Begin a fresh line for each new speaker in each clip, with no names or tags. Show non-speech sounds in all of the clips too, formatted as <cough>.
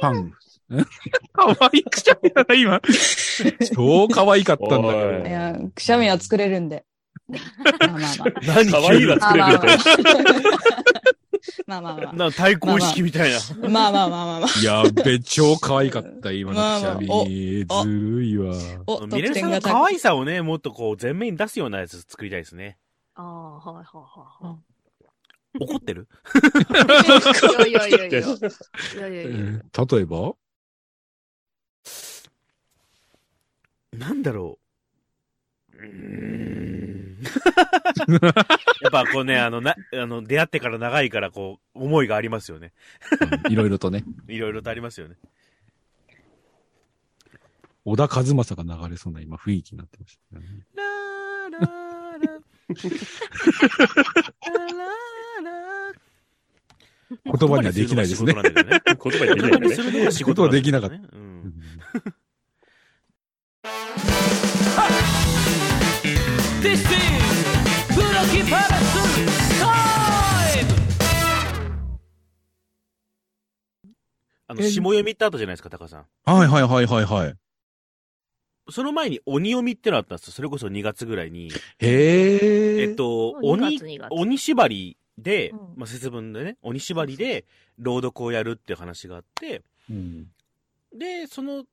パン。
可愛いくしゃみだな、今。超可愛かったんだけ
おい
ど。
や、くしゃみは作れるんで。まあまあ
何
可愛いわ
ま
作
あ。
れ
まあ
るって
まあまあまあまあまあ。
な対抗意識みたいな。
まあまあまあま
<laughs>
あまあ。
やっべ、超可愛かった、今のくしゃみ。
まあまあおお
ずるいわ。
お、
ミレ
得点
ルさんの
が
可
高い。
愛さをね、もっとこう、前面に出すようなやつ作りたいです
<laughs>
ね。
ああ、はいはいはいはい。
怒ってる
いやいや
<laughs>
いやいや。いやいや
え
いや。
ー例えば <laughs>
なんだろう。うーんやっぱこうね、あの、な、あの、出会ってから長いから、こう、思いがありますよね。
うんいろいろとね、
いろいろとありますよね。
小田和正が流れそうな今雰囲気になってましたね、
ラーラーラーラーラー
言葉にはできないですね
言葉にするのが仕事なん
言葉に
だけどね
できないよね
言葉にす。るのが仕事なんだけどね
言葉
うん
うん
あの、下読みってあったじゃないですか、高さん。
はいはいはいはいはい。
その前に鬼読みってのあったんですよ。それこそ2月ぐらいに。
へえ。
えっと、
2
鬼
月、2月。
鬼縛りで、
うん
まあ、節分でね、鬼縛りで朗読をやるっていう話があって、
うん。
で、その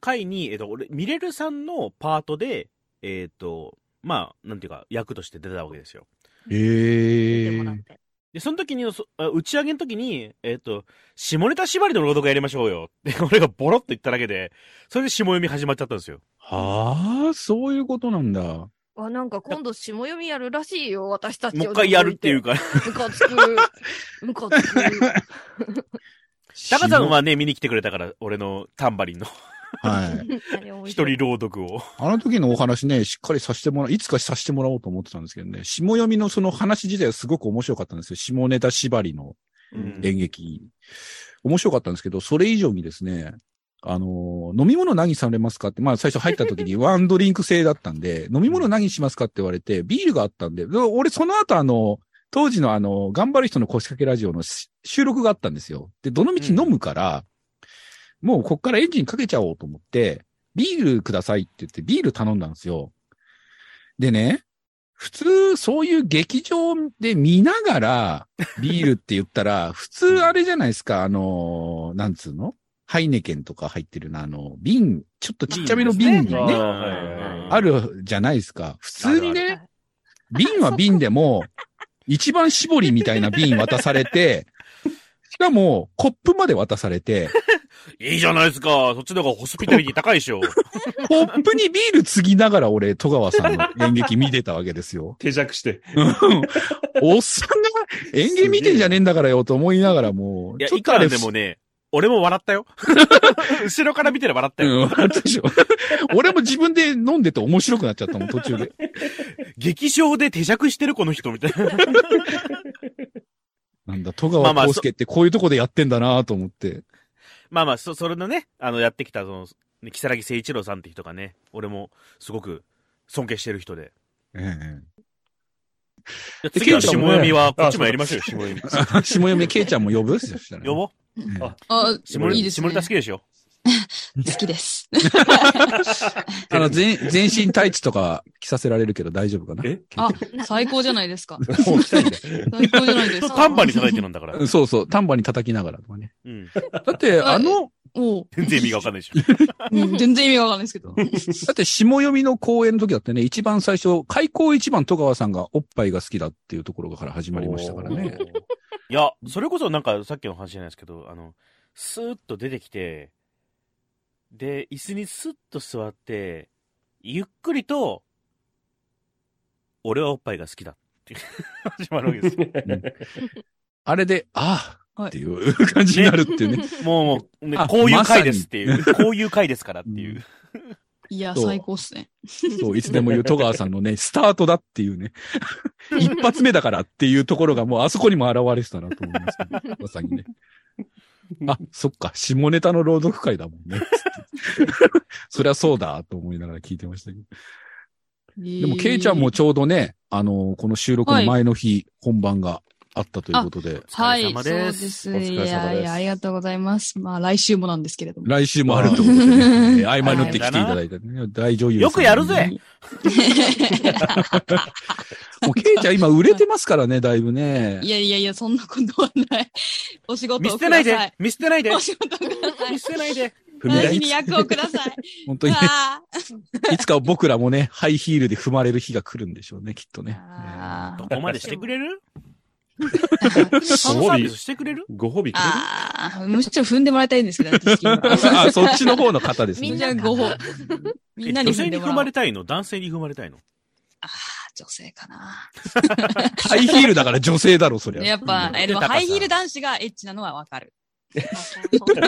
回に、えっと、俺、ミレルさんのパートで、えっと、まあ、なんていうか、役として出たわけですよ。
へ
出てもらっ
え。
て。
で、その時に、そあ打ち上げの時に、えっ、と、下ネタ縛りの朗読やりましょうよ。で、 <laughs> 俺がボロッと言っただけで、それで下読み始まっちゃったんですよ。
はあ、そういうことなんだ。
あ、なんか今度下読みやるらしいよ、私たち。
もう一回やるっていう。から。
ム
<laughs>
カつく。ムカつく。
タカさんはね、見に来てくれたから、俺のタンバリンの
はい。
<laughs>
<laughs>
一人朗読を。
あの時のお話ね、しっかりさせてもらいつかさせてもらおうと思ってたんですけどね、下読みのその話自体はすごく面白かったんですよ。下ネタ縛りの
うん
演劇。面白かったんですけど、それ以上にですね、あのー飲み物何されますかって、まあ最初入った
<laughs>
時にワンドリンク制だったんで、飲み物何しますかって言われて、ビールがあったんで、で俺その後あの、当時のあの、頑張る人の腰掛けラジオのし収録があったんですよ。で、どの道飲むから、もうこっからエンジンかけちゃおうと思って、ビールくださいって言ってビール頼んだんですよ。でね、普通そういう劇場で見ながら、
<laughs>
ビールって言ったら、普通あれじゃないですか、あのー、なんつうのハイネケンとか入ってるな、あの、瓶、ちょっとちっちゃめの瓶に
あー
ね、
はいはい
あるじゃないですか。普通にね、瓶は瓶でも、一番絞りみたいな瓶渡されて、しかも、コップまで渡されて、
いいじゃないですか。そっちの方がホスピタリティ高いでしょ。
コップにビール継ぎながら俺、戸川さんの演劇見てたわけです
<laughs>
よ。
定着して。
おっさんが演芸見てんじゃねえんだからよと思いながらも、
いうや、
ちょ
い
っ
く
とあ
ら
れ
でもね、俺も笑ったよ。後ろから見てら笑った
う
よ。
ん、笑ったでしょ。俺も自分で飲んでて面白くなっちゃったもん、途中で。
劇場で手酌してるこの人みたいな。 <laughs>
なんだ、戸
ま
川
あまあ
康介ってこういうとこでやってんだなと思って。
まあまあ、そ、それのね、あの、やってきた、その、ね、木更木誠一郎さんって人がね、俺も、すごく、尊敬してる人で。
え
じゃあ次の下読みは、こっちもやりましょうよ、
あそ
下
う
読み。
え下読み、ケイちゃんも呼ぶそしたらね、
<laughs> 呼ぼう。
あ、
下ネ
いいです
下
ね。
ネタ好きでしょ。
好きです。
あの、全、全身タイツとか着させられるけど大丈夫かな
<laughs>
え
あ、 <laughs> 最高じゃないですか。
もう着たいんだ
最高じゃない
<laughs>
ですか。
タンバリン叩いてなんだから
う。んそうそう、丹波に叩きながらとかね。
うん。
だって、あの、
おう
全然意味がわかんないでしょ。
うん全然意味がわかんないですけど。
だって下読みの公演の時だってね、一番最初、開口一番戸川さんがおっぱいが好きだっていうところから始まりましたからね。
<laughs> いや、それこそなんかさっきの話じゃないですけど、あの、スーッと出てきて、で、椅子にスッと座って、ゆっくりと、俺はおっぱいが好きだっていう <laughs> 始まるわけです <laughs> よ。
あれで、ああっていう <laughs> 感じになるっていうね。
もう、もう、ね
あ
こういう回ですっていう、こういう回ですからっていうう。
いや、
そう
最高っすね。
そう、いつでも言う戸川さんのね、スタートだっていうね、 <laughs> 一発目だからっていうところがもうあそこにも現れてたなと思いますね、まさにね。あ、そっか、下ネタの朗読会だもんね。つって <laughs> そりゃそうだと思いながら聞いてましたけど。で
で
も、ケイちゃんも、ちょうどね、あのこの収録の前の日、本番があったということで、
はい、
お
そう
疲れ様
で
です。
す。
お疲れ様
い
です
やいや、ありがとうございます。まあ、来週もなんですけれども。
来週もあるということでね、えー合間に乗ってきていただいたね、大女優さんに
よくやる <laughs> ぜ
もう、ケイちゃん今売れてますからね、だいぶね
<laughs> い。やいやいや、そんなことはない。お仕事
見
を
捨
く
てない
だ
で
さい。
見捨てないで
お仕事をくださ
<laughs> 見
い。
捨てないで
踏み台
私に役をください。
本当にね、
あ
いつか僕らもね、ハイヒールで踏まれる日が来るんでしょうね、きっとね。
あ
どこまでしてくれ <laughs> る
ー
ファンサービスしてくれる
ご褒美くれる
あー、むしろ踏んでもらいたいんですけど、私的
<laughs>
には
あ、そっちの方の方ですね。
みんなご褒美。 <laughs> みんなに
え女
踏
性
んで
に
もら
踏
う。
まれたいの男性に踏まれたいの
あー女性かな。
ハイヒールだから女性だろ、そりゃ。
やっぱ、えでもハイヒール男子がエッチなのはわかる。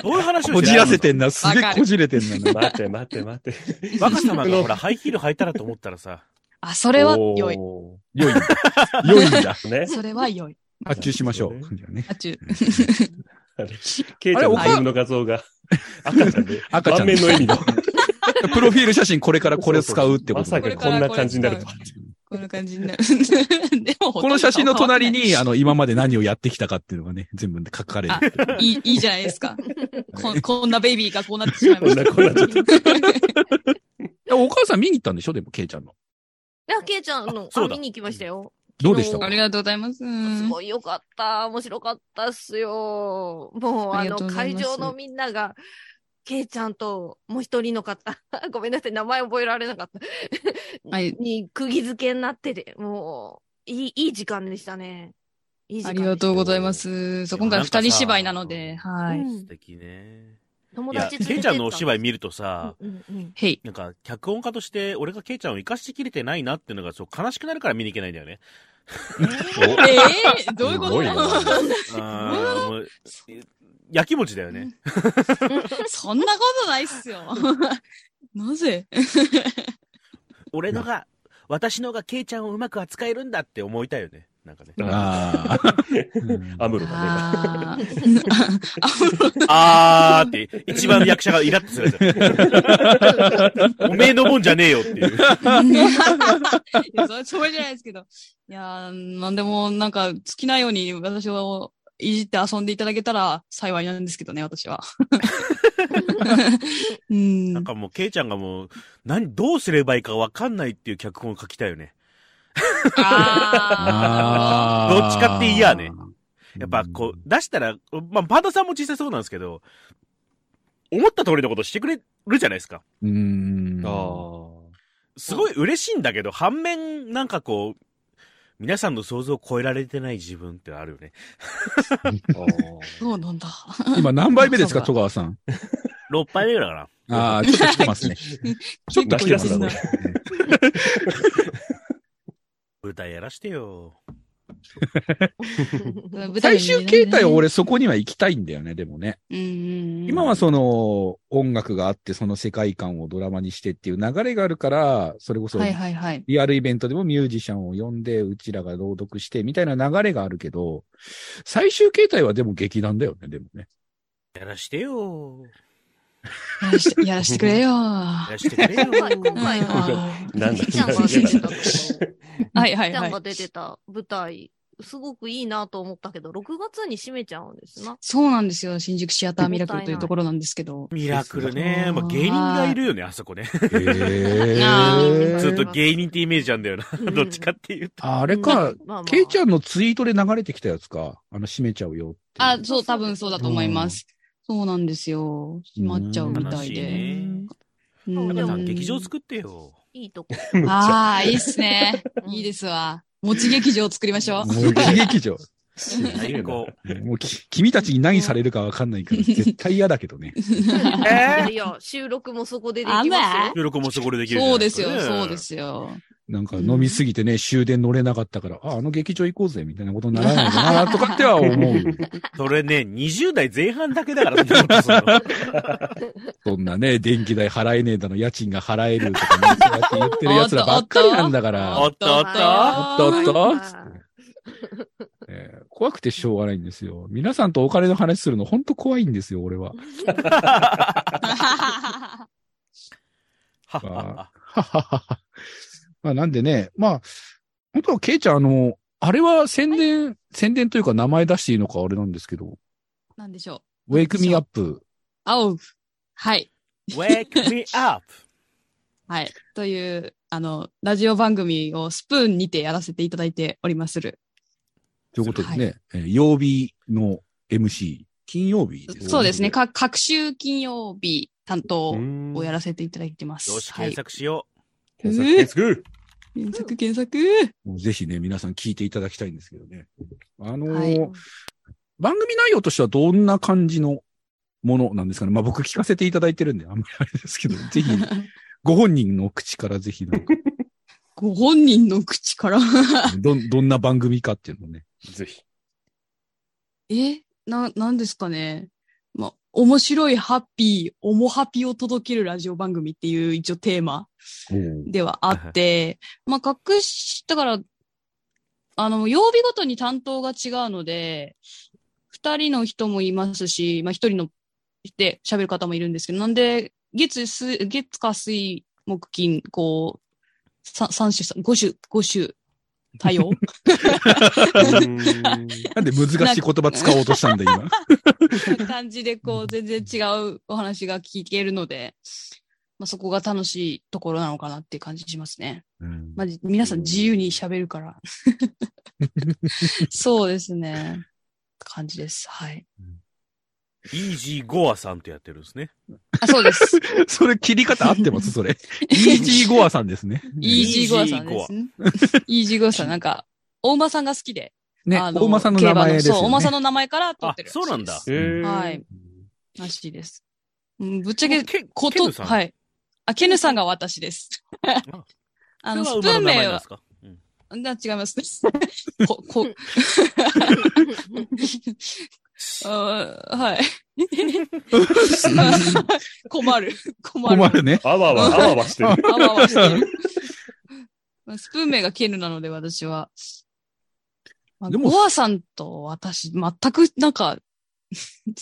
どういう話を
こじらせて
ん
んな、すげえこじれてんななんか。
待て待て待て。
<laughs>
若様がほら、ハイヒール履いたらと思ったらさ、
あ、それは良い。
お
良いんだ。良いんだ。
ー。ね。
それは良い。
発注しましょう。
そうね
じゃあね
あちゅ。
あれケイちゃんのズームの画像が赤ちゃんで。
<laughs> 赤ちゃん
満面の笑みの。
プロフィール写真これからこれ使うってこ
ま
と
さ
で
かこんな感じになるとは。
こんな感じになる。でも、
この写真の隣
に。 <laughs>
に、あの、今まで何をやってきたかっていうのがね、全部で書かれるっていう。
いい、いいじゃないですか。こんこんなベイビーがこうなってしまいました。
こんなこん
いやお母さん見に行ったんでしょでも、ケイちゃんの。
や、ケイちゃんの、
そう
あ
だ
見に行きましたよ。
どうでした
昨
か
<laughs> ありがとうございます。
すごいよかった。面白かったっすよ。もう、
あ
あ
りがとう
の、
ござい
会
ます
場のみんなが、ケイちゃんと、もう一人の方、 <laughs> ごめんなさい、名前覚えられなかった。
はい
に、釘付けになってて、もう、いい、いい時間でしたね。いい時
あ
間
りがとうございま
い
す。
や
そう、今回
なんかさ
二人芝居なので、はい。
うん
素敵ね。
友
いや、
達連れ
ケ
て
イ
っ
ち
た
ゃんのお芝居
で
見るとさ、
す。うんうんうん
へい。
なんか、脚本家として、俺がケイちゃんを生かしきれてないなっていうのが、そう、悲しくなるから見に行けないんだよね。 <laughs>
えー、どういうこ
すご
と
いな
あーもうやきもちだよね。
<laughs> そんなことないっすよ。 <laughs> なぜ
俺のが、私のがケイちゃんをうまく扱えるんだって思いたいよね。なんかね。
ああ。うん
アムロがね。
あー
あーって、一番役者がイラッとするやつ。おめえのもんじゃねえよっていう。
<laughs> あのいやそれはそれじゃないですけど。いやー、なんでも、なんか、好きなように私をいじって遊んでいただけたら幸いなんですけどね、私
<laughs>
は。うん
なんかもう、ケイちゃんがもう、何、どうすればいいかわかんないっていう脚本を書きたいよね。
あ
あー
どっちかって言いやね。やっぱこう、出したら、まあ、パンダさんも実際そうなんですけど、思った通りのことしてくれるじゃないですか。
うーん。
すごい嬉しいんだけど、反面、なんかこう、皆さんの想像を超えられてない自分ってあるよね。
ーそうなんだ。
今何杯目ですか、
そ
戸川さん。
6杯目ぐらいかな。
ああ、ちょっと来て
<laughs>
ますね。ちょっと来てますね。
舞台やらしてよ。
最終形態は、俺そこには行きたいんだよね、でもね。
うんうんうん
今はその音楽があって、その世界観をドラマにしてっていう流れがあるから、それこそ
はいはいはい。
リアルイベントでもミュージシャンを呼んで、うちらが朗読してみたいな流れがあるけど、最終形態はでも劇団だよね、でもね。
やらしてよ。
やらしてやらしてくれよ。
やらしてくれよ。
今回今回
は
は、
なんだ
ケイちゃんが出てたとこ
いはいは
ケイ
い
ちゃんが。出てた舞台、すごくいいなと思ったけど、6月に閉めちゃうんですな。
そうなんですよ。新宿シアターミラクルというところなんですけど。
ミラクルね。まあ、芸人がいるよね、あそこね。
へー
<laughs> あー
ずっと芸人ってイメージなんだよな。 <laughs> どっちかっていうと。
あれか、
まあまあ
ケイちゃんのツイートで流れてきたやつか。あの、閉めちゃうよって。
あ、そう、多分そうだと思います。そうなんですよ。閉まっちゃうみたい
悲し
で。
ね
う
うん
だから
うん
劇場作ってよ。
いいとこ。
<laughs>
ああ、いいっす
<laughs>
ね。いい
<laughs>
ですわ。もち劇場を作りましょう。
もう喜劇場。
最高。
<laughs> もうき、君たちに何されるかわかんないから、絶対嫌だけどね。
えー
いや、収録もそこでできますよ。
あ
収録もそこでできるじゃ
そ
な
う
い
ですよ、
かね
そうで。すよ。 <laughs>
なんか飲みすぎてね、終電乗れなかったから、あ、あの劇場行こうぜ、みたいなことにならないかな、とかっては思う。
それね、20代前半だけだから、そんなことする
<laughs>
の
そんなね、電気代払えねえだの、家賃が払えるとかね、そうやって言ってる奴らばっかりなんだか
お
ら、
っとおっと
おっと
はい
おっえー怖くてしょうがないんですよ。皆さんとお金の話するの、ほんと怖いんですよ、俺は。
はっはっは
まあなんでね、まあ、本当はケイちゃん、あの、あれは宣伝、宣伝というか名前出していいのかあれなんですけど、
なんでしょう。
Wake Me Up。
青。はい。
Wake me
<laughs>
up!
はい。という、あの、ラジオ番組をスプーンにてやらせていただいておりまする。
ということでね、えー曜日の MC、金曜日ですね
そうですね。か、各週金曜日担当
うん
をやらせていただいてます。
よし、
はい
検。索しよ
検索検索
検索、検索。
もうぜひね、皆さん聞いていただきたいんですけどね。あのー
はい
番組内容としてはどんな感じのものなんですかね。まあ僕聞かせていただいてるんで、あんまりあれです
<laughs>
けど、ぜひ、ご本人の口からぜひなんか、
ご本人の口から。
どん、どんな番組かっていうのをね。
ぜひ。
<laughs> え、な、なんですかね。まあ、面白いハッピー、おもハピを届けるラジオ番組っていう一応テーマではあって、まあ、隠し、だから、あの、曜日ごとに担当が違うので、二人の人もいますし、まあ、一人の、で喋る方もいるんですけど、なんで、月、す月火水、木金、こう、さ三種、五種、五種、多 <laughs> 様
なんで難しい言葉使おうとしたんだ、今。
な感じで、こう、全然違うお話が聞けるので、まあ、そこが楽しいところなのかなって <laughs> いう感じしますね。
うん
まあ、じ皆さん自由に喋
<laughs>
るから。そうですね。感じです。はい。
う。Easy Goa さんってやってるんですね。
あ、そ
<laughs>
うです。
それ切り方合ってますそれ。イージーゴアさんですね。
イージーゴアさんですね。イージーゴアさん、なんか、大馬さんが好きで。
ね、
あ
大間さんの名前です、ね。
競馬そう、大馬さん
の。
の名前から取ってる。
あそうなんだ
えー
はい。らしいです。うんぶっちゃけ、
ケ
こ
ケ
と、
ムさん
はい。あ、ケヌさんが私です。あの、スプ
それは
ーン
馬の名前
名
なんで
は
す、かうん
な違います。こ、こ、あーはい。困る。困る。
困るね。
あわわ、あわわ <laughs> してる。
あわあわしてる。まあスプーン名がケヌなので、私は。まあ、
でも
ゴアさんと私、全く、なんか、好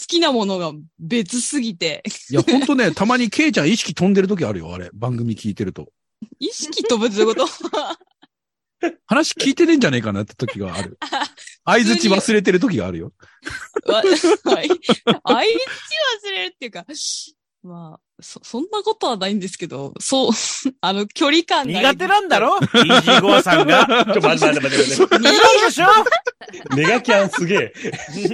きなものが別すぎて、
いや、ほんとね、たまにケイちゃん意識飛んでる時あるよ、あれ。番組聞いてると。
意識飛ぶってこと
話聞いてねえんじゃねえかなって時があ
<laughs>
る。相づち忘れてる時があるよ。
<laughs> わはい。あいつ忘れるっていうか、まあ、そ、そんなことはないんですけど、そう、 <laughs> あの、距離感が。
苦手なん
<laughs>
だろ ?Easy Goa さんが。
<laughs> ちょ、待って待って待って待っ
苦手でしょ
て。ネガキャンすげえ。
<laughs> 苦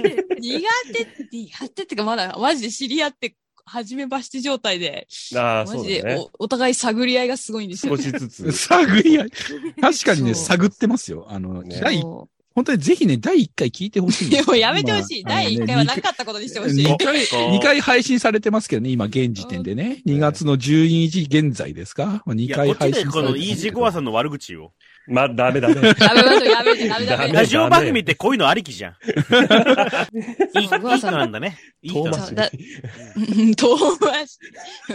手、苦手ってか、まだ、マジで知り合って、初めまして状態で、
ああ、
マ
そ
ジ
うだ
で
ね。
お、お互い探り合いがすごいんですよ
少
ね。
しずつ。
探り
<laughs>
合い。確かにね、
そう
探ってますよ。あの、
ね
第、
そ
本当にぜひね、第1回聞いてほしいん
う
で
です
よ。
も <laughs> やめてほしい。
まあ
第1回は
あの
な
ね
かったことにしてほしい。
2回、2回配信されてますけどね、今現時点でね。2月の12時現在ですか、まあ、
い
?2
や、こ
回
っち
配
で
信さ
こ
れて
の
ますけど。
Easy Goa さんの悪口を。
まあ、ダメダメ。
やめましょう、やめて、やめて、やめ
ダ
て
メ。
ラジオ番組ってこういうのありき
<laughs>
じゃん。いい、いい
そうゴアさ
人
ん
なんだね。いい人
遠
だ
回
ね。
し
だうん遠回し。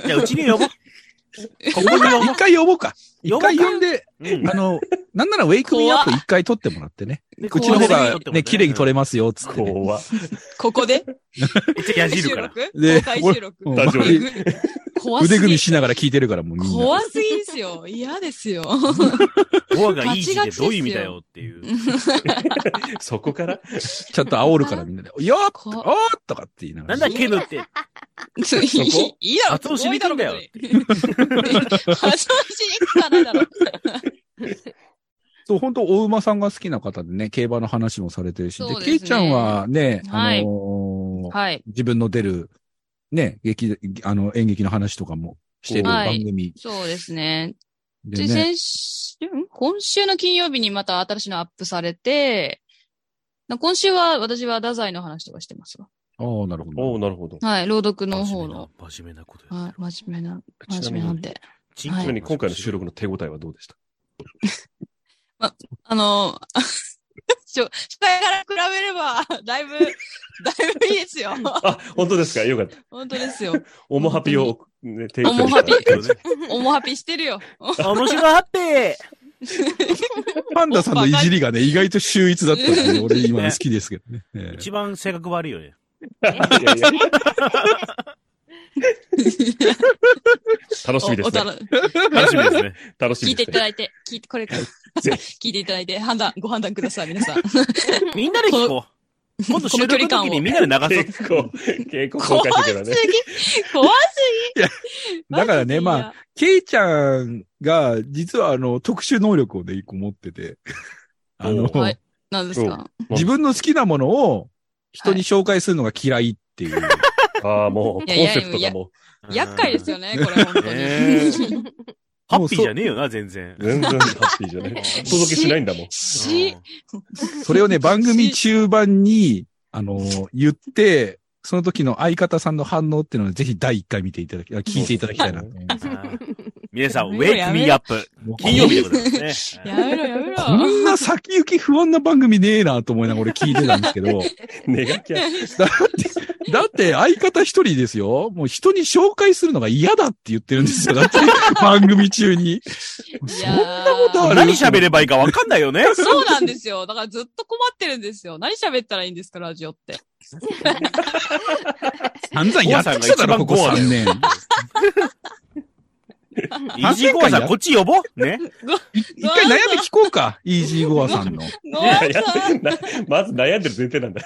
じゃあ、うちに呼ぼう。ここに呼ぼ
一回呼ぼうか。一
呼ぼうか
回呼んで、
う。うん
あの、なんならウェイクミーアップ一回撮ってもらってね。
で
うちの
こ
方
こで
がね、綺麗に撮れ
ま
ますよ、つって、ね。
怖
<laughs> ここで
めっちゃやじる
収
から。
録
で
公開収録
俺
スタジオ
で
<laughs> 怖
腕
す
組
ぎ
み。しながら聞いてるから、もうみんな。
怖すぎですよ。嫌ですよ。
ゴアがいい字ってどういう意味だよっていう。
そこから
ちょっと煽るからみんなで、よーっ
こ
おーっとかって言いなが
なん
ら。
だっけのって。
そういいいいだろ、
発音しに行くんだよ
すごいろ。別に発音しに行くかないだ
<laughs>
ろ。
そう、本当お馬さんが好きな方でね、競馬の話もされてるし。
そう
で、
です
ケ
ね
イちゃんはね、あ
はい
のー
はい。
自分の出る、ね、劇、あの、演劇の話とかもしてる
はい
番組
そうですね。
で
で、
ね。
先週、ん今週の金曜日にまた新しいのアップされて、な今週は私は太宰の話とかしてますわ。
ああ、なるほ
お
ど。
おなるほど。
はい、朗読の
真
方
面目な
の。、
真面目なことや。
はい、真面目な、
ちなみ
真面目なん
に、
で。
ち
はい
なみに今回の収録の手応えはどうでした
あの、 <laughs> しょ、下から比べれば、だいぶ、だいぶいいです <laughs> よ。
あ、本当ですかよかった。
本当ですよ。
オモハピを、ね、提供
オモハピ
したんですけどね
おもはぴしてるよ。
面白ハッピー
パンダさんのいじりがね、意外と秀逸だったんでね、俺今好きですけど <laughs> ね。ええ
一番性格悪いよね。
<laughs>
いやいや楽しみですね。
おお楽
楽しみですね。
楽し
聞
み
いてい
です
た
ね。
<laughs> だいて、聞いて、これから <laughs>
ぜ
聞いていただいて、判断、ご判断ください、皆さん。
みんなで聞こう。今度収録の時にみんなで流そう。
結構、結構高価してたね。
<laughs> 怖すぎ
だからね、まあ
あ、、
ケイちゃんが、実はあの、特殊能力をね、一個持ってて、 <laughs> あの、
はい何ですか
自分の好きなものを人に紹介するのが嫌いっていう。
ああ、もう、コン
いやいや
セプトがも
厄介ですよね、これ、本当
ね
に。
ハッピーじゃねえよな、全然。
う、全然ハッピーじゃない。お届けしないんだもん。
し、
それをね、
<laughs>
番組 <laughs> 中盤に、あの、言って、その時の相方さんの反応っていうのをぜひ第1回見ていただき、あ聞いていただきたいなと思います。
皆さん、
や
Wake
めろや
Me
めろ
Up 金曜日でございますね。
やめろ、やめ
こ
ろ。
んな先行き不安な番組ねえなと思いながら俺聞いてたんですけ
<laughs>
ど、
寝なきゃ。
だって、だって相方一人ですよ。もう人に紹介するのが嫌だって言ってるんですよ。だって番組中に。
い
そ
や
んなことある
何喋ればいいかわかんないよね。
そうなんですよ。だからずっと困ってるんですよ。何喋ったらいいんですか、ラジオって。
散々やってきただろ、ここ3年。
イジゴアさん、こっち呼ぼうね。
一回悩み聞こうか。イージーゴアさんの。い
ご
い
めんな
や
さ
いや
い。
なまず悩んでる前提なんだ。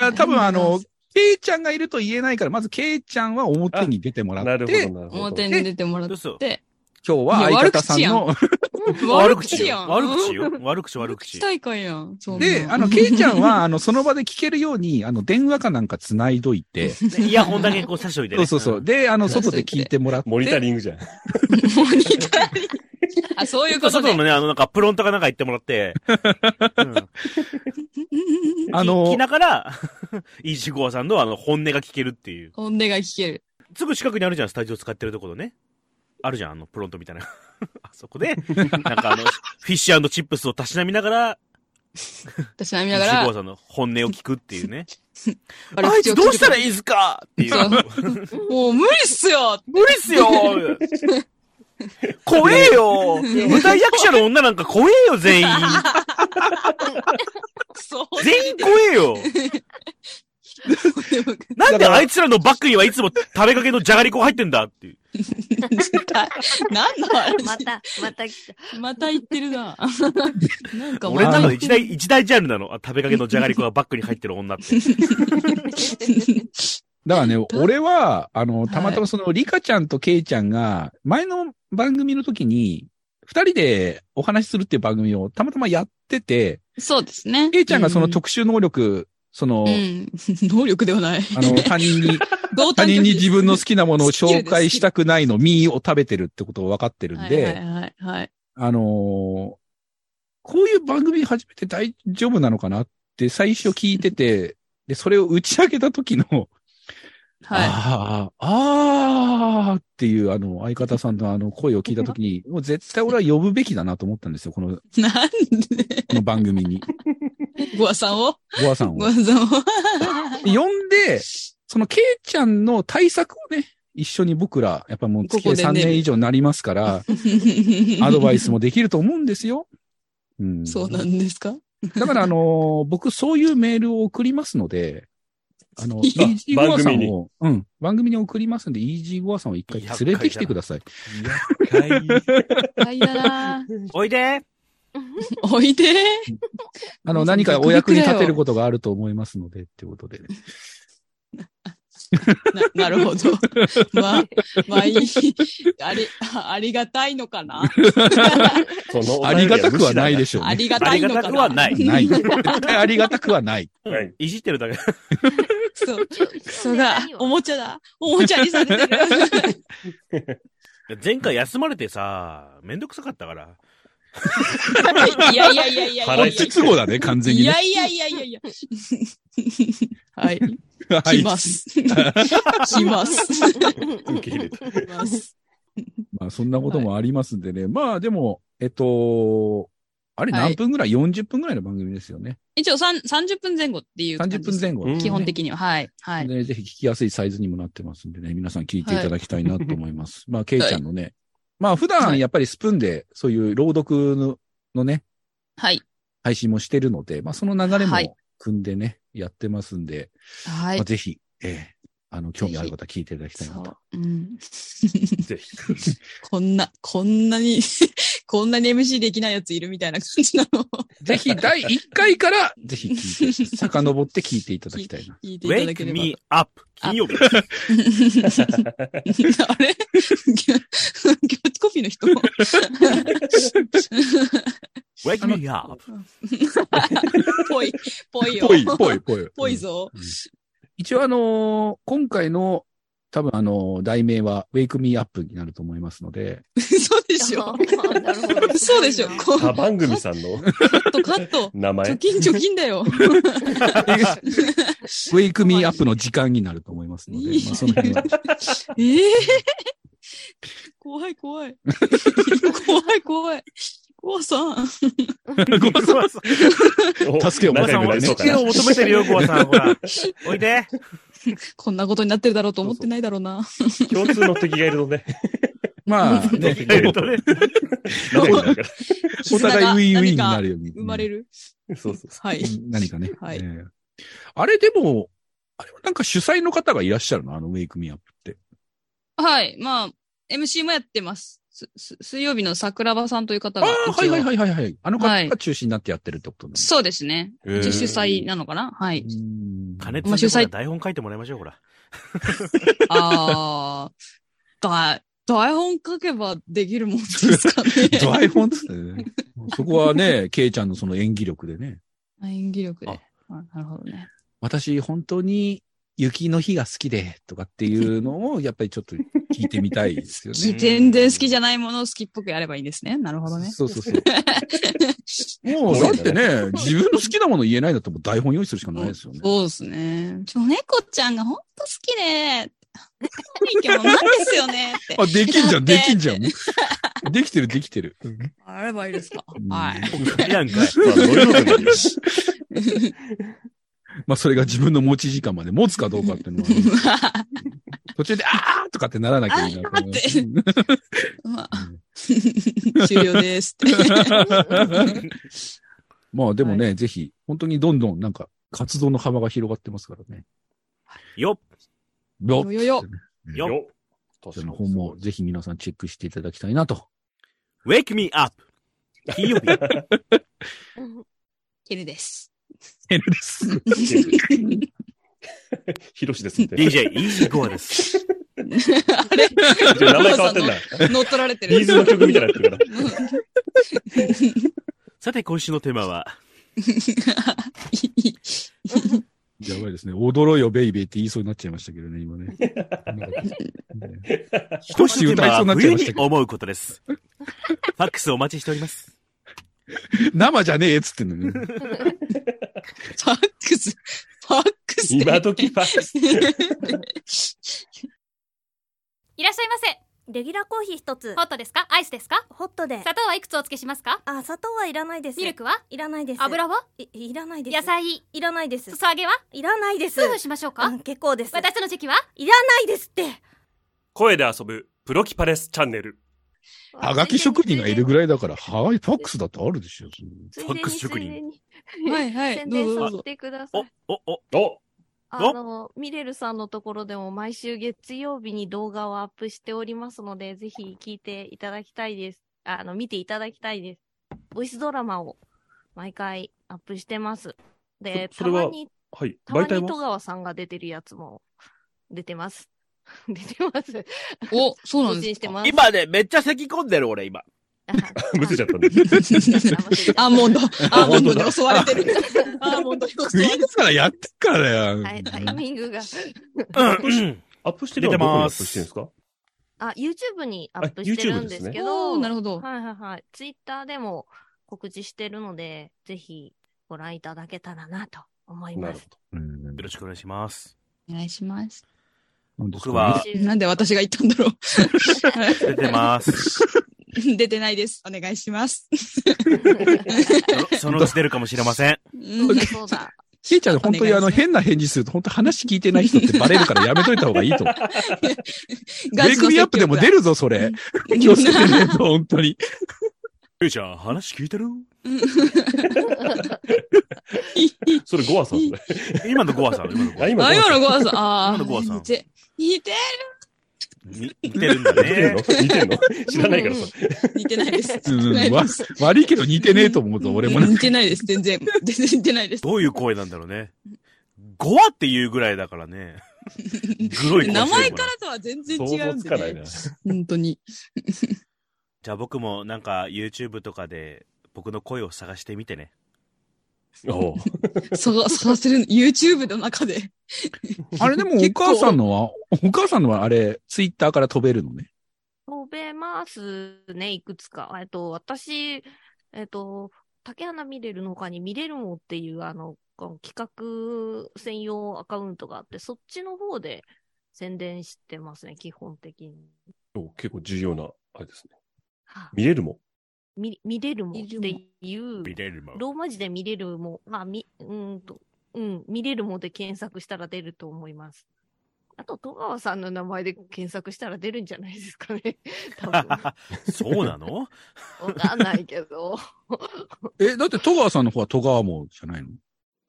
や、多分あの、ケイちゃんがいると言えないから、まずケイちゃんは表に出てもら
な
っ
る
て、
ほど、なるほど。
表に出てもらっ
どうぞ。
て。
今日は相方さんの、
悪口
や
よ。
ん。
悪口よ。悪口、悪
悪
口
口。大会やん。そんな
で、あの、
<laughs>
ケイちゃんは、あの、その場で聞けるように、あの、電話かなんか繋いどいて、そ
イヤホンだけこう差しといてね。
うそうそう。で、あの、外で聞いてもらって。
モニタリングじゃん。
モニタリングあ、そういうこと
外
ね。
のね、あの、なんか、プロントかなんか行ってもらって、うん
<laughs> あの
聞きながら、 <laughs> イージゴアさんのあの、本音が聞けるっていう。
本音が聞ける。
すぐ近くにあるじゃん、スタジオ使ってるところね。あるじゃん、あの、プロントみたいな。 <laughs> あそこで、なんかあの、フィッシュチップスをたしなみながら、
私飲
イ
み
ー
なが
ジゴア
ら、
さんの本音を聞くっていうね。
悪
<laughs> あい
口を
つ
聞く
どうしたらいいですかっていう。
もう無理っすよ
無理っすよ怖えよ舞台役者の女なんか怖えよ、全員
そう。
全員怖えよなんであいつらのバッグにはいつも食べかけのじゃがりこが入ってんだっていう。
何の
ま
話
た、また来た。
また言ってるな。なんか
俺の中
ま
で一大、一大ジャンルなの。あ食べかけのじゃがりこがバッグに入ってる女って。
だからね、俺は、あの、
い
たまたまその、リカちゃんとケイちゃんが、前の番組の時に、二人でお話しするっていう番組をたまたまやってて、
そうですね。
ケイちゃんがその特殊能力、その、
うん。能力ではない。
あの、他人に、
<laughs> 同
他
担拒否
人に自分の好きなものを紹介したくないの、ミーを食べてるってことを分かってるんで、
はいはいはい、はい。
あのーこういう番組始めて大丈夫なのかなって最初聞いてて、 <laughs> で、それを打ち上げた時の、
はい。
ああ、ああっていう、あの、相方さんのあの、声を聞いたときに、もう絶対俺は呼ぶべきだなと思ったんですよ、この、こ
なんで、
の番組
<laughs>
に。
ゴアさんを
ゴアさんを。
ゴ
呼
ア
ん
さんを。
で、その、ケイちゃんの対策をね、一緒に僕ら、やっぱもう付き合い
ここ
3
でね
年以上になりますから、
<laughs>
アドバイスもできると思うんですよ。うん。
そうなんですか
だから、あのー僕、そういうメールを送りますので、あの、イ
いや
ージーゴアさ
番組
ん
に
を、うん、番組に送りますんで、イージーゴアさんを一回連れてきてください。
はいだな
おいで
おいで。
あの、何かお役に立てることがあると思いますので、っていうことで。
な、な <laughs> るほど。まあ、まあいい。あり、ありがたいのかな
そのお
あ
便
り
りは
がたくはないでしょう
あ
ね。
りが
あ
た
り
い
が
のかな
たくはない。
ない。絶対ありがたく
<laughs>
はない。
はい
いじってるだけ。
そう。そうだ
だ。、
おもちゃだ。おもちゃにされてる。
前回休まれてさ、めんどくさかったから。
いやいやいやいやいやい
腹
や
こ
い
っち都合だね、完全に
い
ね。
やいやいやいやいや。はい。
は
来
い。
ます。来ます。
受け入れた。
来
<laughs>
ます。
まあ、そんなこともありますんでね。まあ、でも、えっと、あれ
はい
何分ぐらい ?40 分ぐらいの番組ですよね。
一応三30分前後っていう感じ
30
です。
分前後。
うん
基本的には。はい。はい。
でぜひ聞きやすいサイズにもなってますんでね、皆さん聞いていただきたいなと思います。まあ、ケイちゃんのね。まあ、普段やっぱりスプーンで、そういう朗読ののね、
はい。
配信もしてるので、まあ、その流れ
はい
も組んでね、やってますんで、
は
まあ、
い。
ぜひ、えあの、興味ある方は聞いていただきたいな
そ
と。
う。うん。
ぜひ。
<laughs> こんな、こんなに、 <laughs> こんなに MC できないやついるみたいな感じなのを <laughs>
ぜひ、第1回から、ぜひ聞いて、遡って聞いていただきたいな。
聞いていただけ
Wake
れば。
me up! 金曜日。
あれキャキャッチコピーの人 <laughs>
Wake me up!
ぽい、ぽいよ。
ぽい、ぽい、ぽい。
<laughs> ぽいぞ。
一応あのー今回の、多分あのー題名は、Wake Me Up になると思いますので、
そうでしょ。
なるほど
そうでしょ。こうカ
他
ッ
番組さんの
ト、カット。
名
貯
前。
金、貯金だよ。
<laughs> Wake Me Up の時間になると思いますの <laughs> で、まあ、その辺は。
ええ怖い、怖い。 <laughs> 怖い、怖い。怖さん。
ごめんなさ
<laughs>
い。
助けを
お仲
さん
良くな
は
りそうか
助け
な
を。求めてるよ、コアさん。ほら。おい <laughs> で。
こんなことになってるだろうと思ってないだろうな。
共通の敵がいるのね。
まあ、ね、
え <laughs> っとね。
仲良くなるか
<laughs> お互いウィンウィンにな
る。
るように。
生まれる。
ら。そうそう。
はい。
うん何かね。
はい
ええあれでも、あれはなんか主催の方がいらっしゃるのあの、Wake Me Up って。
はい。まあ、MC もやってます。すす水曜日の桜庭さんという方
あ
が。。
あ、はいはいはいいはいはい。あの方
はい
が中心になってやってるってことね。
そうですね。
へー。
一応主催なのかなはいう
ん
金
まあ主
津
催
さん、台本書いてもらいましょう、ほら。
ああ、だ、台本書けばできるもんで
<laughs>
すかね。
台本っつってね。そこはね、ケイちゃんのその演技力でね。
演技力で。
あ
あなるほどね。
私、本当に雪の日が好きで、とかっていうのを、やっぱりちょっと聞いてみたいですよね。
全然好きじゃないものを好きっぽくやればいいんですね。なるほどね。
そうそうそう。もう、だってね、自分の好きなもの言えないんだったらもう台本用意するしかないですよね。
そうですね。ちょ、猫ちゃんがほんと好きで、 <laughs> いいけどなんですよねって。
あ、できんじゃん、
だっ
で
て
きんじゃん。できてる、できてる。
あればいいですか
うん
はい。
いらんかい。
まあ、どういうことになる <laughs>
まあ、それが自分の持ち時間まで持つかどうかっていうのは、途中で、あーとかってならなきゃいけないから。
まあ、終了ですって。
<laughs> まあ、でもね、ぜひ、本当にどんどん、なんか、活動の幅が広がってますからね。
<laughs>
よっ。
よ
よよよ
よっ。
よ
そちらの方も、ぜひ皆さんチェックしていただきたいなと。
Wake me up! 金曜日。
<laughs> ケルです。
です。
ヒロシですって。
DJ イージーゴアです。
あれ
じゃあ名前変わってんだ。
乗っ取られてる。
ビーズの曲みたいになってるから。
さて、今週のテーマは、
やばいですね。驚いよ、ベイベーって言いそうになっちゃいましたけどね、今ね。 <laughs> なんか
今週のテー
歌い
マは冬
そうになっちゃいました
に
けど
思うことです。ファックスお待ちしております。
生じゃねえっつってんのね。
ファックス。ファックス。
今時 <laughs> ファックス。
いらっしゃいませ
レギュラーコーヒー一つ
ホットですかアイスですか
ホットで
砂糖はいくつお付けしますか
あ砂糖はいらないです
ミルクはい
らないです
油はい
いらないです
野菜
いらないです
裾揚げはい
らないです
スープしましょうか、
うん結構です
私の時期はい
らないですって
声で遊ぶ、プロキパレスチャンネル。
はがき職人がいるぐらいだから、はい、ファックスだってあるでしょ。
ついで
ファ
に
ックス職人。
ついでに
はいはい
宣伝
どうぞどう
さ
ぞ
せてくださ
お
い。、
お、お、
お
お
あの、ミレルさんのところでも毎週月曜日に動画をアップしておりますので、ぜひ聞いていただきたいです。あの、見ていただきたいです。ボイスドラマを毎回アップしてます。で、
そそ
た
れは
まに、
はい。
たま
媒
に
体
戸
は
川さんが出てるやつも <laughs> 出てます。 <laughs> 出てます。
お、そうなん
更
で
新し
す
て
か。
ま
<laughs>
す。 <laughs>
今ね、めっちゃ咳込んでる、俺、今。
むせちゃったんで。
アーモンド、アーモ
本
ンド
当
に
だ
襲われてる。アーモンドに襲
ク
わ
イ
れ
ー
て
ン
る。
ズからやってっからだよ。
はい、タイミングが。
うん。
アップしてるのはどこに
出て
ア
ま
ップ
す
してるんですか
あ、YouTube にアップしてるんですけ
お
ど、
ーなるほど。
はいはいはい。Twitter でも告知してるので、ぜひご覧いただけたらなと思い
な
ま
る
す
ほ。
う
ど。
ん
よろしくお願いします。
お願いします。
僕は、
なんで私が言ったんだろ
出てます。
う。 <laughs> 出てないです。お願いします。
そのうち出るかもしれません。
そうだそうだ。
ケイちゃん、本当にあの、
お願いします
変な返事すると、本当話聞いてない人ってバレるから <laughs> やめといた方がいいと思う。
ガ
め
チの
くみアップで
<laughs>
も出るぞ、それ。気をつけてね、本当に。
ゆうちゃん、話聞いてる
うん
それゴアさんそれ。
今のゴアさん、今のゴ
あ、
アさん。
今
あ、今の
ゴ
ゴアさん。ああ。
今のゴアさん
似て、似て
に似てるんだ
アさん。似てん
ね
の。 <laughs> 似てんの知らないからさ。
似てないです。
うん
似
<laughs>
てない
わ
です
悪いけど似てねえと思うと、俺も
うん
ね。
似てないです。全然。全然似てないです。
どういう声なんだろうね。ゴアっていうぐらいだからね。グロい声してる
名前からとは全然
想
違う
像
ん
つかな
で
い
ね
な。。
本当に。
じゃあ僕もなんか YouTube とかで僕の声を探してみてね。
おう
そう、そうする、YouTube の中で。
<laughs> あれでもお
結構
母さんのは、お母さんのはあれ、ツイッターから飛べるのね。
飛べますね、いくつか。えっと、私、えっと、竹花見れるの他に見れるもっていう、あの、この企画専用アカウントがあって、そっちの方で宣伝してますね、基本的に。
おう結構重要な、あれですね。
はあ
見れるもん。
見見れるもっ
見れる
て
も
いう、
れるも
ローマ字で見れるも、まあ、み、うーんと、うん、見れるもで検索したら出ると思います。あと、戸川さんの名前で検索したら出るんじゃないですか
<laughs>
ね。多分。
そうなの
わかんないけど。
え、だって戸川さんの方は戸川もじゃないの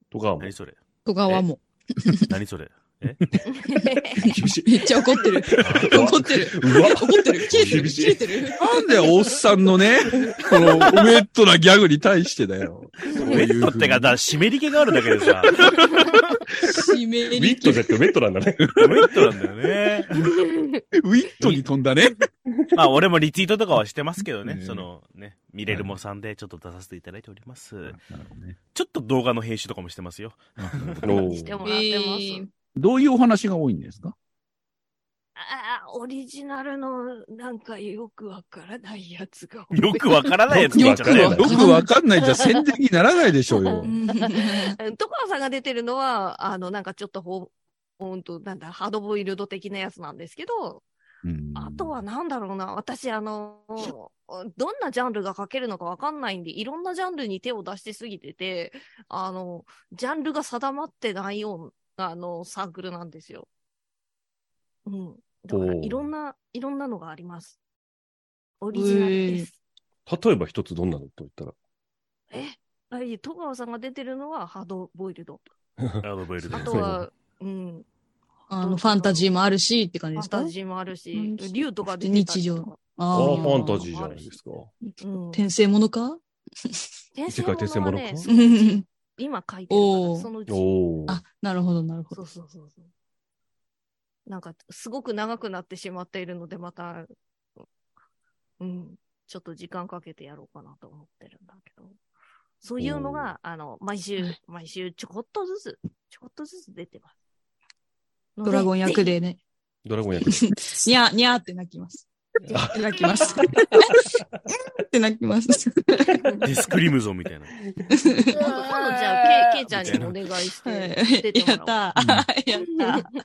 とかも。
何それ
戸川も。
何それ
厳しい。
めっちゃ怒ってる。怒ってる。
<laughs> うわ
怒ってる。切れてる。
厳しい
切れてる。
なんだよ、おっさんのね、 <laughs> このウェットなギャグに対してだよ。
ウェットってか、だ、湿り気があるだけでさ、
締め
ウィ
り
ットじゃなくてウェットなんだね。
ウェットなんだよね。
ウィットに飛んだね。
まあ、俺もリツイートとかはしてますけどね
う、ん
その、ね、見れるもさんでちょっと出させていただいております。
なるほどね
ちょっと動画の編集とかもしてますよ。
おう
しても
え
らってます。
ー
どういうお話が多いんですか
ああ、オリジナルのなんかよくわからないやつが多い。
よくわからないやつ
よ
ばっ
く
か
わか
り
ら
だ
な
よ
い
よくわかんないじゃ宣伝にならないでしょうよ
う。ん
うん戸川さんが出てるのは、あの、なんかちょっとほ、ほんと、なんだ、ハードボイルド的なやつなんですけど、
うん
あとはなんだろうな、私、
<laughs>
あの、どんなジャンルが書けるのかわかんないんで、いろんなジャンルに手を出してすぎてて、あの、ジャンルが定まってないような、あの、サークルなんですよ。うん。だから、
おー
いろんな、いろんなのがあります。オリジナルです。
例えば一つどんなのと言ったら。
え、あいえ戸川さんが出てるのはハードボイルド。
ラブブイルド
あ
です
とは、うん、
あの、ファンタジーもあるし、って感じで
ファン
すか
タジーもあるし
ファン、
竜とか出てたりとか
日常。
ああ、
あ
フ
ー
ァンタジーじゃないですか。
うん。
転生ものか
天
世界転生ものか
はね
うんうん
今書いてるか
お
ら、
ー
そのうち
おお。
あ、なるほど、なるほど。
そうそうそうそう。なんか、すごく長くなってしまっているので、また、うん、ちょっと時間かけてやろうかなと思ってるんだけど。そういうのが、あの、毎週
はい、
毎週、ちょこっとずつ、ちょこっとずつ出てます。
ドラゴン役
で。
でね、
ドラゴン役。
にゃー、にゃーって泣きます。泣
<laughs>
きます。うんって泣きます。
ディスクリムゾンみたいな。
今度じゃあ、ケイケイちゃんにお願いし
はい
て、出
や
て
っ
もら
たー。やった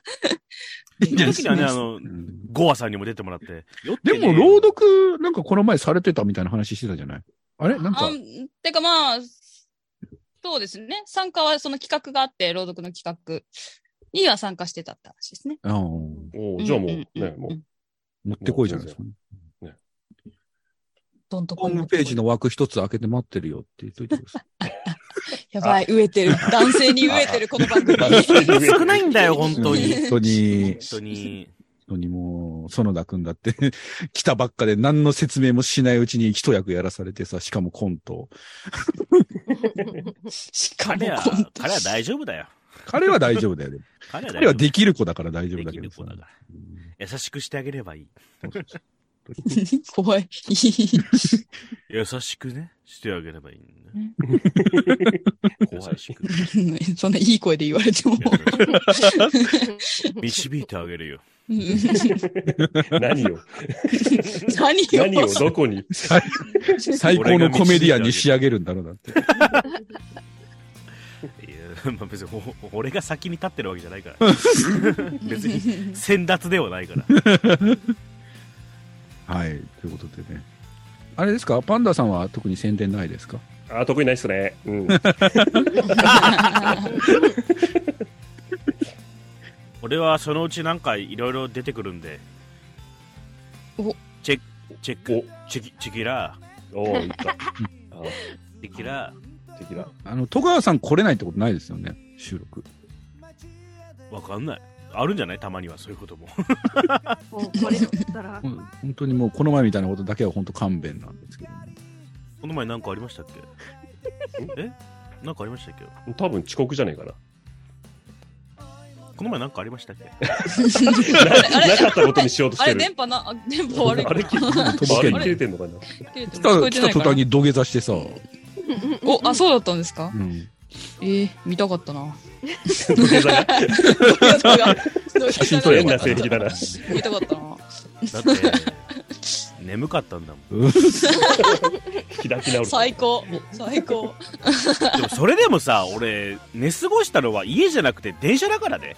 いいじゃない
時にはね、あの
う、ん
ゴアさんにも出てもらって。酔って
で
ね
も、朗読、なんかこの前されてたみたいな話してたじゃないあれなん
ー。
か
あ、んてかまあ、そうですね。参加はその企画があって、朗読の企画には参加してたって話ですね。
あー持
おお、じゃあもう、
ん
ね、
んん
もう、
ってこいじゃないですか。
どんと
ホ
こい
ームページの枠一つ開けて待ってるよって言っといてください。
やばい、飢えてる。男性に飢えてる、この番組。
少ないんだよ、本当に。
本当に
本、当に。
本当にもう、園田くんだって、 <laughs> 来たばっかで何の説明もしないうちに一役やらされてさ、しかもコント。
う。
しかも
彼は
コン、ト
彼は大丈夫だよ。
彼は大丈夫だ
<laughs>
よね。
彼は
彼は
大丈
できる子だから大丈
夫
夫だ
で
け
き
どさ
る子だから。優しくしてあげればいい。
怖い。
優しくね、してあげればいいんだね。
怖
怖
い
いしく。
そんないい声で言われても。
導いてあげるよ。
何を、
何を
何を、どこに。
最高のコメディアンに仕上げるんだろうなって。
いや、まあ別にお、俺が先に立ってるわけじゃないから。別に、先達ではないから。
はい、ということでね。あれですかパンダさんは特に宣伝ないですか
あ、得意ないっすね。うん。
俺はそのうちなんかいろいろ出てくるんで。
お
チェック、チェック、チェキ、チェキラー。
おお、いった。あ
テキラ、
的な。
あの、戸川さん来れないってことないですよね、収録。
わかんない。あるんじゃないたまにはそういうことも。 <laughs>
もうこれだったら
ほん本当にもうこの前みたいなことだけは本当勘弁なんですけど、ね。
この前なんかありましたっけえなんかありましたっけ
多分遅刻じゃないかな。
この前なんかありましたっけ
ななかったことにしようとし
あ
て
れ、
る。
電波な、あ電波悪いか
<laughs> あ
な。
れ切れ
確
あ
か
れ
に
切れてんのかな。
切れて
来
も聞こ
た、
えて
来
な
た
い
途
かな
端に土下座してさ、
お、あ、そうだったんですか
うん
ええ、見たかったな。
土下座が
写
写真撮
撮
れ
れ
ば
ば
よ
よ
か
か
っ
った
<laughs>
た
見たかったな。
だって、眠かったんだもん。
開き直る。
最高。最高。
でもそれでもさ、俺、寝過ごしたのは家じゃなくて電車だからね。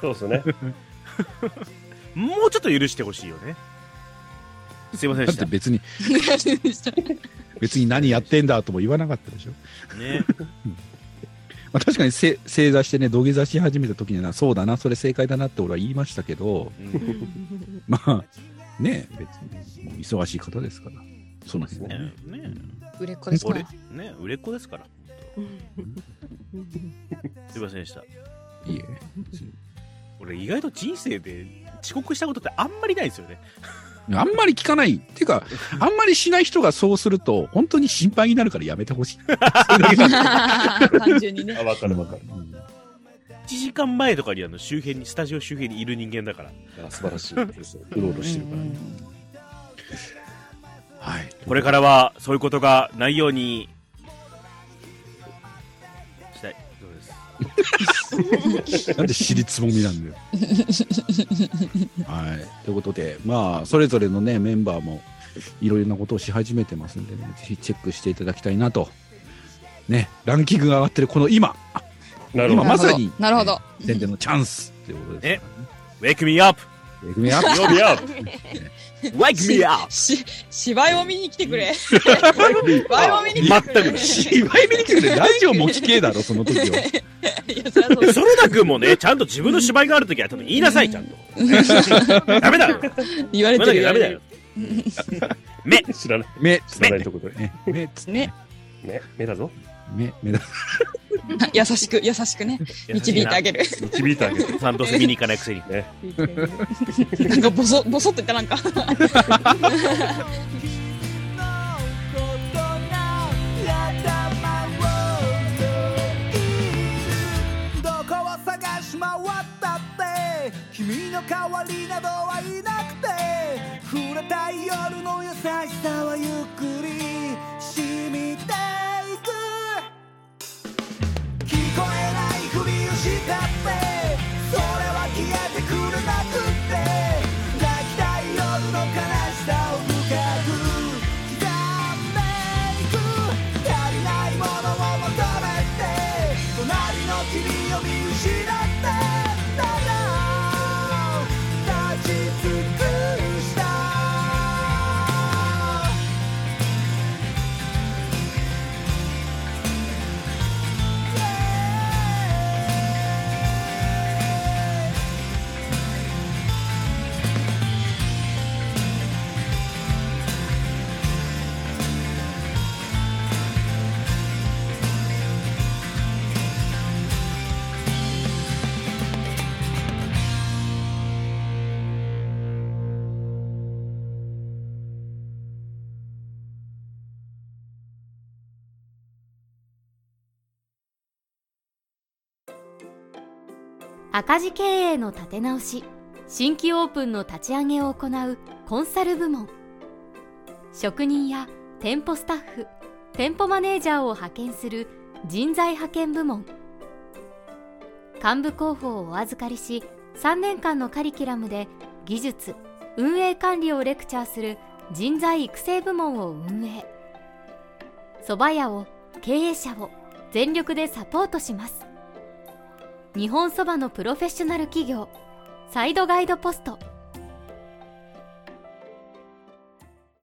そうですね。
もうちょっと許してほしいよね。すいません
だ
で
っ
してた。
別に、別に何やってんだとも言わなかったでしょ。
ね。
まあ、確かにせ正座してね、土下座し始めた時にはな、そうだな、それ正解だなって俺は言いましたけど、
うん
<laughs> まあ、ねえ、別に、もう忙しい方ですから、その辺はね。
ねね
<laughs> 売れっ子ですか
俺
ら。、
ね、売れっ子ですから。すいませんでした。
いえ。
俺、意外と人生で遅刻したことってあんまりないんですよね。
あんまり聞かない。っていうか、あんまりしない人がそうすると、本当に心配になるからやめてほしい。それだけだ
単純にね。
あ、わかるわかる。
うん
1時間前とかにあの周辺に、スタジオ周辺にいる人間だから。
あ <laughs> 素晴らしいです。うろうろしてるから。
はい。
これからはそういうことがないようにしたいところです。
なんで尻つぼみなんだよ。はい。ということで、まあ、それぞれのね、メンバーも、いろいろなことをし始めてますんでね、ぜひチェックしていただきたいなと。ね、ランキングが上がってるこの今、
なる
今
ほど。
まさに、
なるほど。
宣伝のチャンスっていうことですからね。
Wake me up!
え組み合わせ
曜日ア
<laughs>
ッ
Wake me up!
し、芝居を見に来てくれ。芝居を見に来
全
てくれ。
<laughs>
く
芝居見に来てくれ。ラジオも聞けえだろ、その <laughs> 時は。
いや、そりゃそうだ
それだくんもね、ちゃんと自分の芝居があるときは多分言いなさい、
<laughs>
ちゃんと。ダメだよ
言われ
ダ
て
メだ
る。
よ、ダメだよ。目
プ。知らない。
目、
知らないところで。
ね、目つ、
ね、
ね、目だぞ。
目、目だ。
優しく、優しくね、導いてあげる。
導いてあげる。
さんとせ見に行かないくせに。
なんかボソ、ボソって言ったなんか。
どこを探し回ったって君の代わりなどはいなくて触れたい夜の優しさはゆっくり染みていく聞こえないふりをしたってそれは消えてくれなくって泣きたい夜の悲しさを深く刻んでいく足りないものを求めて隣の君を見失ってただ立ち尽くした
赤字経営の立て直し新規オープンの立ち上げを行うコンサル部門職人や店舗スタッフ店舗マネージャーを派遣する人材派遣部門幹部候補をお預かりし3年間のカリキュラムで技術運営管理をレクチャーする人材育成部門を運営蕎麦屋を経営者を全力でサポートします日本そばのプロフェッショナル企業サイドガイドポスト